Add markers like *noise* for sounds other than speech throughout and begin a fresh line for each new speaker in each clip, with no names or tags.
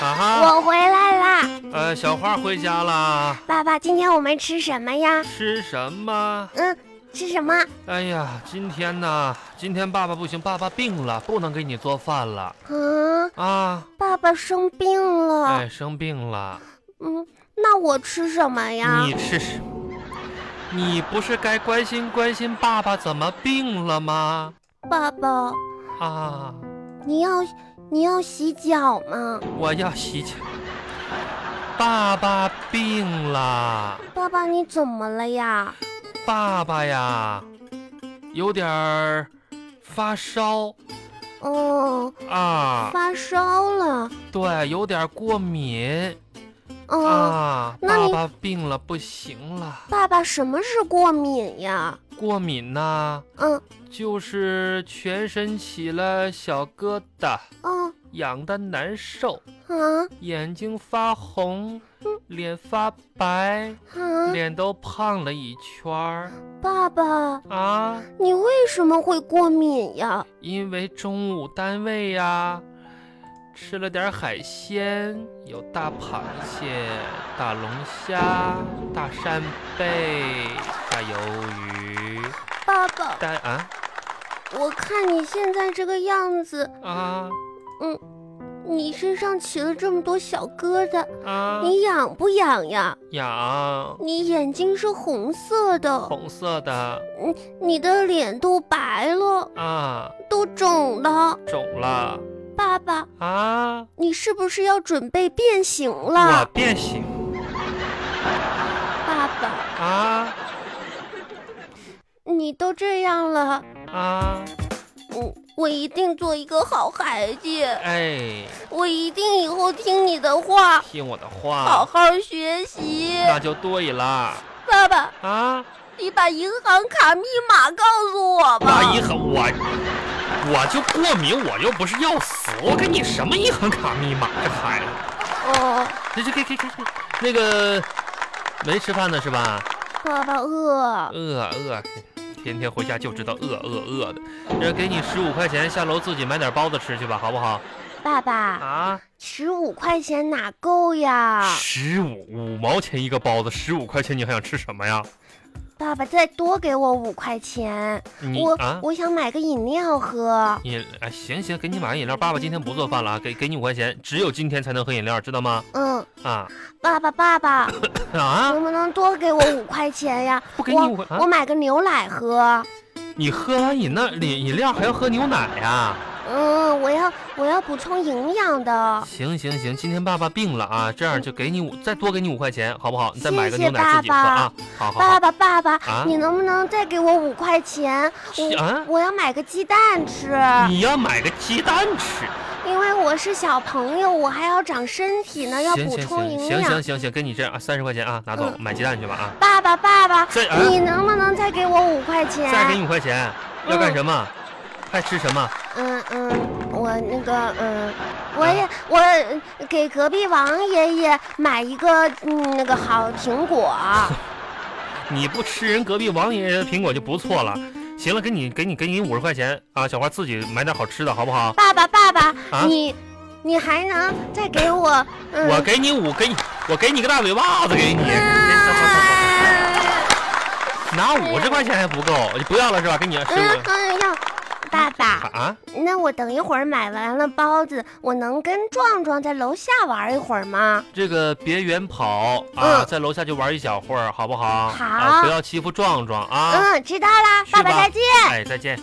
啊，
我回来啦，
呃，小花回家啦。
爸爸，今天我们吃什么呀？
吃什么？
嗯，吃什么？
哎呀，今天呢，今天爸爸不行，爸爸病了，不能给你做饭了
嗯，
啊。
爸爸生病了。
哎，生病了，
嗯，那我吃什么呀？
你吃什？你不是该关心关心爸爸怎么病了吗？
爸爸，
啊，
你要你要洗脚吗？
我要洗脚。爸爸病了，
爸爸，你怎么了呀？
爸爸呀，有点儿发烧
哦，
啊，
发烧了。
对，有点儿过敏
嗯，
啊。
那
爸
你
爸病了，不行了，
爸爸，什么是过敏呀？
过敏呐、
嗯
就是全身起了小疙瘩，
嗯
痒的难受，
嗯
眼睛发红，脸发白，
嗯，
脸都胖了一圈儿
爸爸，
啊！
你为什么会过敏呀？
因为中午单位呀、吃了点海鲜，有大螃蟹、大龙虾、大扇贝、大鱿鱼、
爸爸。
大啊
我看你现在这个样子，
啊
你身上起了这么多小疙瘩，
啊！
你痒不痒呀？
痒，
你眼睛是红色的，
红色的
你的脸都白了，
啊。
都肿了。
肿了
爸爸，
啊！
你是不是要准备变形
我
了？
变形
爸爸，
啊
你都这样了，
啊！
嗯，我一定做一个好孩子，
哎，
我一定以后听你的话，
听我的
好
话，
好学习。
那就对了
爸爸，
啊！
你把银行卡密码告诉我吧。
那银行我我就过敏，我又不是要死，我给你什么银行卡密码？这孩子，
哦，
这这给给给给，那个没吃饭呢是吧？
爸爸饿。
饿饿，天天回家就知道饿饿饿的。这给你十五块钱，下楼自己买点包子吃去吧，好不好？
爸爸，
啊，
十五块钱哪够呀？
十五五毛钱一个包子，十五块钱你还想吃什么呀？
爸爸，再多给我五块钱，
你
我、
啊，
我想买个饮料喝。
饮哎，行行，给你买个饮料。爸爸今天不做饭了啊，给给你五块钱，只有今天才能喝饮料，知道吗？
嗯，
啊
爸爸，爸爸，
啊！
能不能多给我五块钱呀？
不给你五
我
块啊
我买个牛奶喝。
你喝完饮那饮饮料还要喝牛奶啊呀、
嗯，我要我要补充营养的。
行行行，今天爸爸病了啊，这样就给你五，再多给你五块钱，好不好？你再买个
谢
牛
谢
奶自己喝啊。好好
爸
好。
爸，爸爸，
啊
你能不能再给我五块钱？我、
啊
我要买个鸡蛋吃，
你要买个鸡蛋吃，
因为我是小朋友，我还要长身体呢，要
行
补
行
充
行
营
行
养
行。行行，跟你这样啊，三十块钱啊，拿走、
嗯
买鸡蛋去吧啊，
爸爸，爸爸，
这啊
你能不能再给我五块钱？
再给你五块钱，要干
嗯
什么？还吃什么？
嗯嗯，我那个嗯，我也、
啊
我给隔壁王爷爷买一个嗯那个好苹
*laughs*
果。
你不吃人隔壁王爷爷的苹果就不错了。行了，给你给你给你五十块钱啊，小花自己买点好吃的好不好？
爸爸，爸爸，
啊
你你还能再给我嗯？
我给你五，给你我给你个大嘴巴子给你，
嗯
拿五十块钱还不够，你不要了是吧？给你十
嗯
五
嗯要。爸爸，
啊，
那我等一会儿买完了包子，我能跟壮壮在楼下玩一会儿吗？
这个别远跑啊，
嗯
在楼下就玩一小会儿好不好？
好
啊，不要欺负壮壮啊。
嗯，知道啦，
是
爸爸
吧
再见。
哎，再见。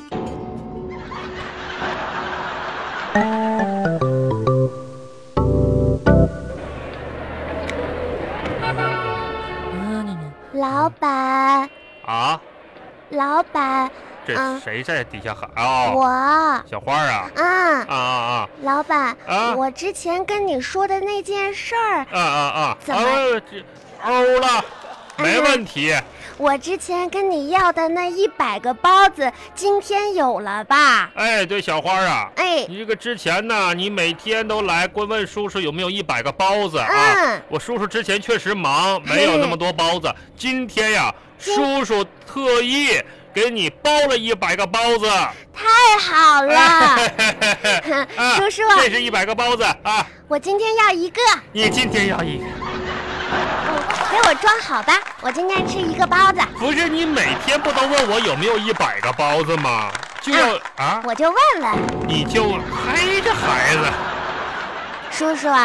老板，
啊，
老板，
这
嗯
谁在底下喊啊？
我，
小花啊
嗯，
啊啊
老板，
啊
我之前跟你说的那件事儿，
啊啊啊！
怎么哎
啊这欧了，没问题。
我之前跟你要的那一百个包子，今天有了吧？
哎，对，小花啊，
哎，
你这个之前呢，你每天都来过问叔叔有没有一百个包子啊。
嗯，
我叔叔之前确实忙，没有那么多包子。今天呀，叔叔
*laughs*
特意给你包了一百个包子。 *laughs*
太好了，
啊
*laughs* 叔叔啊
这是一百个包子啊！
我今天要一个，
你今天要一个，
嗯，给我装好吧。我今天吃一个包子，
不是你每天不都问我有没有一百个包子吗？就
嗯
要啊，
我就问问
你就嘿，这孩子
叔叔啊，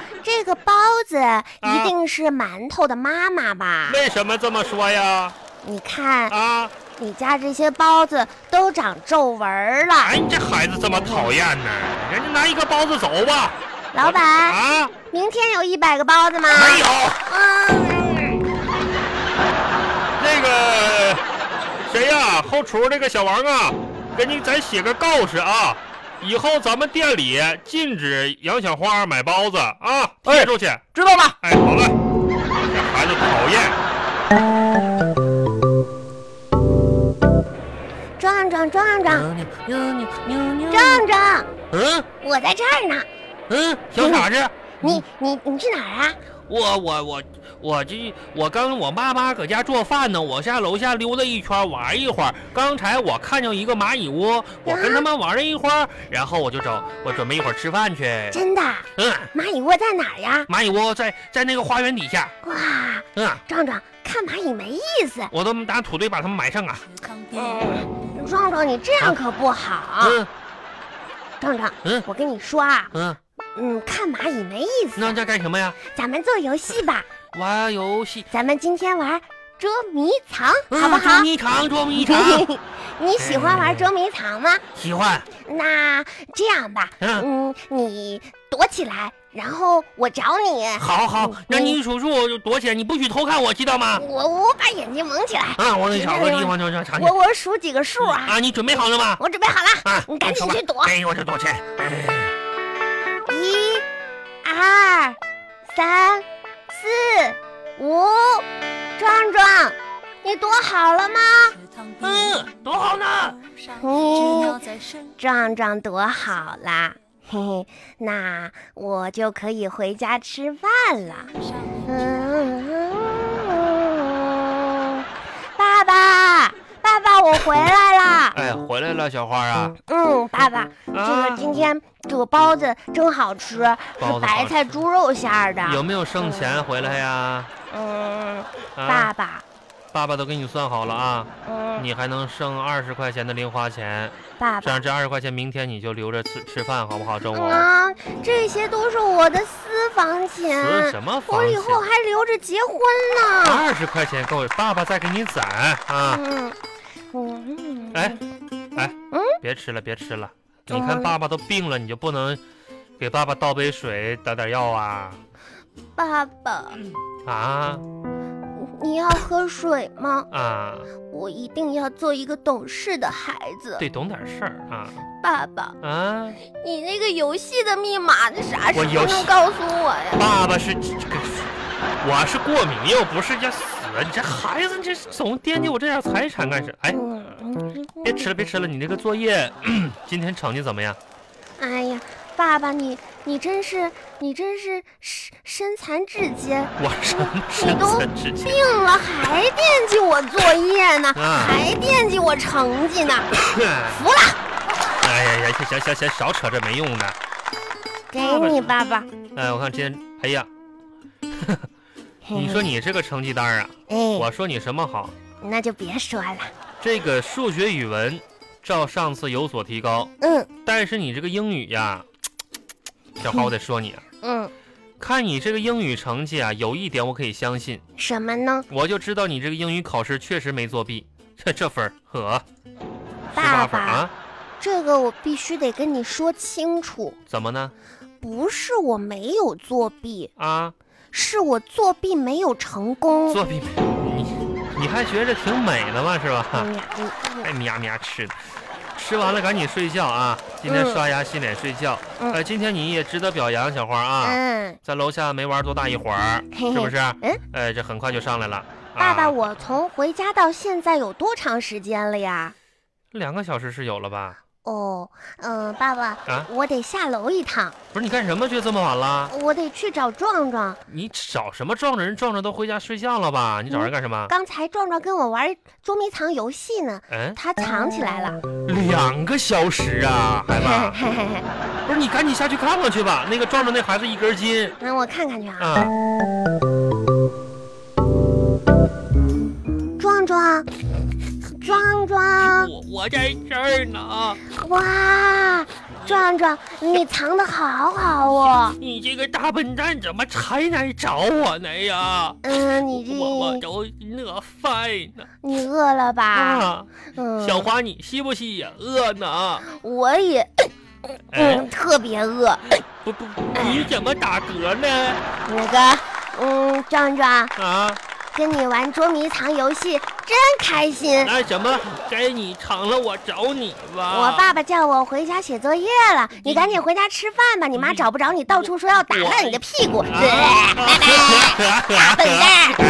*laughs*
啊，
这个包子一定是馒头的妈妈吧？
为什么这么说呀？
你看，
啊，
你家这些包子都长皱纹儿了。
哎，你这孩子这么讨厌呢，人家拿一个包子走吧。
老板
啊，
明天有一百个包子吗？
没有
嗯，
那个谁呀，后厨这个小王啊，给你咱写个告示啊。以后咱们店里禁止杨小花买包子啊，贴出去。
哎知道吗？
哎，好了，这孩子讨厌。
壮壮壮壮
牛牛
嗯
牛牛牛
壮壮，
嗯
我在这儿呢。
嗯，小傻子，
你你你去哪儿啊？
我我我我这我刚我妈妈搁家做饭呢，我下楼下溜达一圈玩一会儿。刚才我看见一个蚂蚁窝，我跟他们玩了一会儿，然后我就走，我准备一会儿吃饭去。
真的，
嗯，
蚂蚁窝在哪儿呀？
蚂蚁窝在在那个花园底下。
哇，
嗯，
壮壮看蚂蚁没意思。
我都拿土堆把它们埋上啊。
嗯，壮壮你这样可不好。
嗯
壮壮，
嗯
我跟你说啊，
嗯，
嗯，看蚂蚁没意
那
思。
在干什么呀？
咱们做游戏吧，
玩游戏，
咱们今天玩捉迷藏，
嗯
好不
捉
好？
迷藏，捉迷
*laughs*
藏，
你喜欢玩捉迷藏吗？
喜欢。
那这样吧，
嗯，
嗯，你躲起来，然后我找你，
好好
嗯，
那你数数，我就躲起来，你不许偷看我，知道吗？
我我把眼睛蒙起来，
啊，我给你找个地方就就藏起
我我数几个数啊，
啊，你准备好了吗？
我准备好了，
啊，
你赶紧
走吧
去躲
哎，我就躲起来。哎
一、二、三、四、五，壮壮，你躲好了吗？
嗯，多好呢。
嗯，壮壮躲好啦，嘿嘿，那我就可以回家吃饭了。嗯，爸爸，爸爸，我回来啦。
哎，回来了，小花啊。
嗯，爸爸，这个
啊，
今天这个包子真好吃，
包
是
子
白
好
菜猪肉馅儿的。
有没有剩钱回来呀？
嗯，爸
啊，
爸，
爸爸都给你算好了啊，
嗯，
你还能剩二十块钱的零花钱，
爸
这
爸。
样这二十块钱明天你就留着吃吃饭，好不好？中午。
啊，这些都是我的私房
吃
钱，
什么
我
房
以后
钱？啊
还留着结婚呢。
二十块钱够，爸爸再给你攒啊！
嗯嗯，
哎哎
嗯，
别吃了，别吃了！
怎
你
么
看
了
爸爸都病了，你就不能给爸爸倒杯水、打点药啊？
爸爸，
啊
你要喝水吗？
啊！
我一定要做一个懂事的孩子。
对，懂点事儿啊
爸爸，
啊！
你那个游戏的密码，你啥时候
我游戏
能告诉我呀？
爸爸是这个，我是过敏，又不是要死。你这孩子，你这总惦记我这点财产干啥？哎，
嗯，
别吃了，别吃了！你这个作业今天成绩怎么样？
哎呀，爸爸，你你真是你真是身身残志坚，
我什么
你
身
都
份之前？
病了还惦记我作业呢，
啊
还惦记我成绩呢，服了，
哎呀呀，行行行，少扯这没用的。
给你爸爸。
哎，我看今天，哎呀，你说你这个成绩单儿啊，
哎，
我说你什么好？
那就别说了。
这个数学、语文，照上次有所提高，
嗯
但是你这个英语呀，小花，我得说你啊，
嗯，
看你这个英语成绩啊，有一点我可以相信，
什么呢？
我就知道你这个英语考试确实没作弊。这这分儿，呵，十
爸
八
爸
分儿啊？
这个我必须得跟你说清楚，
怎么呢？
不是我没有作弊，
啊，
是我作弊没有成功。
作弊没？你你还觉着挺美的嘛，是吧？
哎呀，你
哎，喵喵吃的，吃完了赶紧睡觉啊！今天
嗯
刷牙洗脸睡觉。
嗯
呃，今天你也值得表扬，小花啊，
嗯，
在楼下没玩多大一会儿，
嘿嘿
是不是？
嗯，
呃，这很快就上来了。
爸爸，
啊
我从回家到现在有多长时间了呀？
两个小时是有了吧？
哦，嗯、爸爸，
啊
我得下楼一趟，
不是你干什么去这么晚了？
我得去找壮壮。
你找什么撞着人？撞着都回家睡觉了吧？你找
嗯
人干什么？
刚才壮壮跟我玩捉迷藏游戏呢，
嗯，
他藏起来了。
两个小时啊，孩子，
嘿嘿嘿，
不是你赶紧下去看看去吧。那个撞着那孩子一根筋
那我看看去啊。
啊，
壮壮，壮壮，
我我在这儿呢。
啊哇，壮壮，你藏的好好哦。
你这个大笨蛋怎么才来找我呢呀？
嗯，
我我
你这
都饿饭呢
你饿了吧？
啊！
嗯，
小花，你吸不吸呀？饿呢？
我也
哎，
嗯特别饿。
不不，你怎么打嗝呢？
那个，嗯，壮壮，
啊，
跟你玩捉迷藏游戏真开心。
那什么，该你尝了，我找你吧。
我爸爸叫我回家写作业了，你赶紧回家吃饭吧，你妈找不着你，到处说要打烂你的屁股。
啊。
笨蛋！